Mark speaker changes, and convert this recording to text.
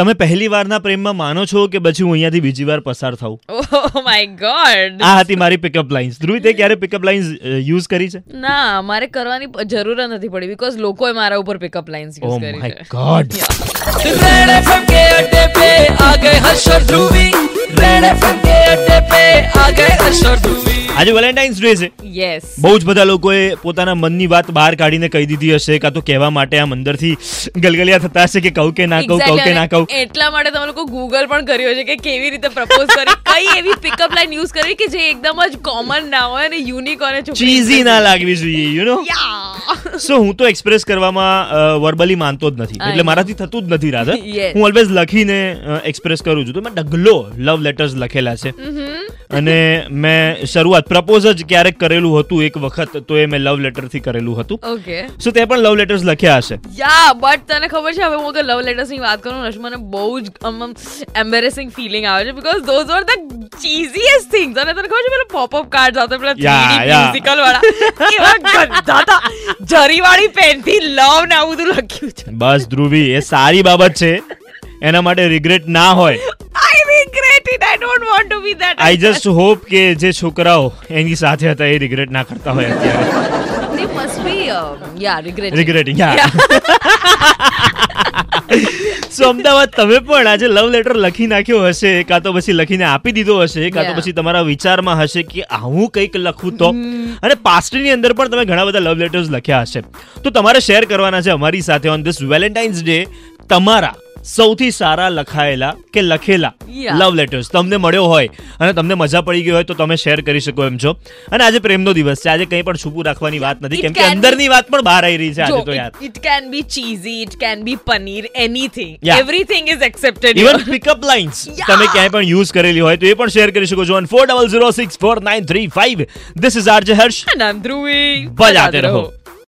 Speaker 1: તમે પહેલી વારના પ્રેમમાં માનો છો કે પછી હું અહીંયાથી બીજી વાર પસાર થાઉં
Speaker 2: ઓહ માય ગોડ
Speaker 1: આ હતી મારી પિકઅપ લાઇન્સ ધ્રુવી તે ક્યારે પિકઅપ લાઇન્સ યુઝ કરી છે
Speaker 2: ના મારે કરવાની પ- જરૂર જ નથી પડી બીકોઝ લોકોએ મારા ઉપર પિકઅપ લાઇન્સ
Speaker 1: ઓ
Speaker 2: યુઝ કરી
Speaker 1: માય
Speaker 2: છે
Speaker 1: ગોડ
Speaker 3: रेड एफएम के अड्डे पे आ गए हर्षर ध्रुवी रेड एफएम के अड्डे पे आ गए हर्षर ध्रुवी
Speaker 1: આજે વેલેન્ટાઇન્સ ડે છે
Speaker 2: યસ
Speaker 1: બહુ જ બધા લોકોએ પોતાના મનની વાત બહાર કાઢીને કહી દીધી હશે કાં તો કહેવા માટે આમ અંદરથી ગલગલિયા થતા હશે કે કહું કે ના કહું કહું કે ના કહું
Speaker 2: એટલા માટે તમે લોકો ગૂગલ પણ કર્યું છે કે કેવી રીતે પ્રપોઝ કરી કઈ એવી પિકઅપ લાઇન યુઝ કરી કે જે એકદમ જ કોમન ના હોય અને યુનિક અને છોકરી
Speaker 1: ચીઝી ના લાગવી જોઈએ યુ નો
Speaker 2: Yeah.
Speaker 1: સો હું તો એક્સપ્રેસ કરવામાં વર્બલી માનતો જ નથી
Speaker 2: I
Speaker 1: એટલે
Speaker 2: know.
Speaker 1: મારાથી થતું જ નથી રાધા
Speaker 2: Yes.
Speaker 1: હું ઓલવેઝ લખીને એક્સપ્રેસ કરું છું તો મેં ડગલો લવ લેટર્સ લખેલા છે અને મેં શરૂઆત પ્રપોઝ જ ક્યારેક કરેલું હતું એક વખત તો એ મેં લવ લેટરથી કરેલું હતું
Speaker 2: ઓકે
Speaker 1: સો તે પણ લવ લેટર્સ લખ્યા હશે
Speaker 2: યા બટ તને ખબર છે હવે હું અગર લવ લેટર્સ ની વાત કરું ને મને બહુ જ આમ એમ્બેરેસિંગ ફીલિંગ આવે છે because those are the cheesiest things અને તને ખબર છે પેલા પોપ અપ કાર્ડ આવતા પેલા
Speaker 1: Yeah,
Speaker 2: 3D
Speaker 1: yeah.
Speaker 2: મ્યુઝિકલ વાળા કેવા ગંદા હતા જરીવાળી પેન થી લવ ને આવું બધું લખ્યું છે
Speaker 1: બસ ધ્રુવી એ સારી બાબત છે એના માટે રિગ્રેટ ના હોય
Speaker 2: I regret it I don't want to be that
Speaker 1: I just hope કે જે છોકરાઓ એની સાથે હતા એ રિગ્રેટ ના કરતા હોય અત્યારે
Speaker 2: they must be yeah regret
Speaker 1: regretting so Ahmedabad તમે પણ આજે લવ લેટર લખી નાખ્યો હશે કાં તો પછી લખીને આપી દીધો હશે કાં તો
Speaker 2: Yeah.
Speaker 1: પછી તમારા વિચારમાં હશે કે આવું કંઈક લખું તો અને પાસ્ટની અંદર પણ તમે ઘણા બધા લવ લેટર્સ લખ્યા હશે તો તમારે શેર કરવાના છે અમારી સાથે ઓન ધીસ વેલેન્ટાઇન્સ ડે તમારા સૌથી સારા લખાયેલા કે લખેલા
Speaker 2: Yeah.
Speaker 1: લવ લેટર્સ તમને મળ્યો હોય અને તમને મજા પડી ગઈ હોય તો તમે શેર કરી શકો એમ છો અને આજે પ્રેમનો દિવસ છે આજે કંઈ પણ છુપું રાખવાની વાત નથી
Speaker 2: It
Speaker 1: કેમ કે
Speaker 2: can be-
Speaker 1: અંદરની વાત પણ બહાર આવી રહી છે આજે તો યાર
Speaker 2: it can be cheesy it can be paneer anything
Speaker 1: Yeah.
Speaker 2: Everything is accepted
Speaker 1: even pickup lines
Speaker 2: Yeah.
Speaker 1: તમે ક્યાંય પણ યુઝ કરેલી હોય તો એ પણ શેર કરી શકો છો on four double zero six four nine three five this is RJ Harsh
Speaker 2: And I'm Dhruvi.
Speaker 1: બજાતે રહો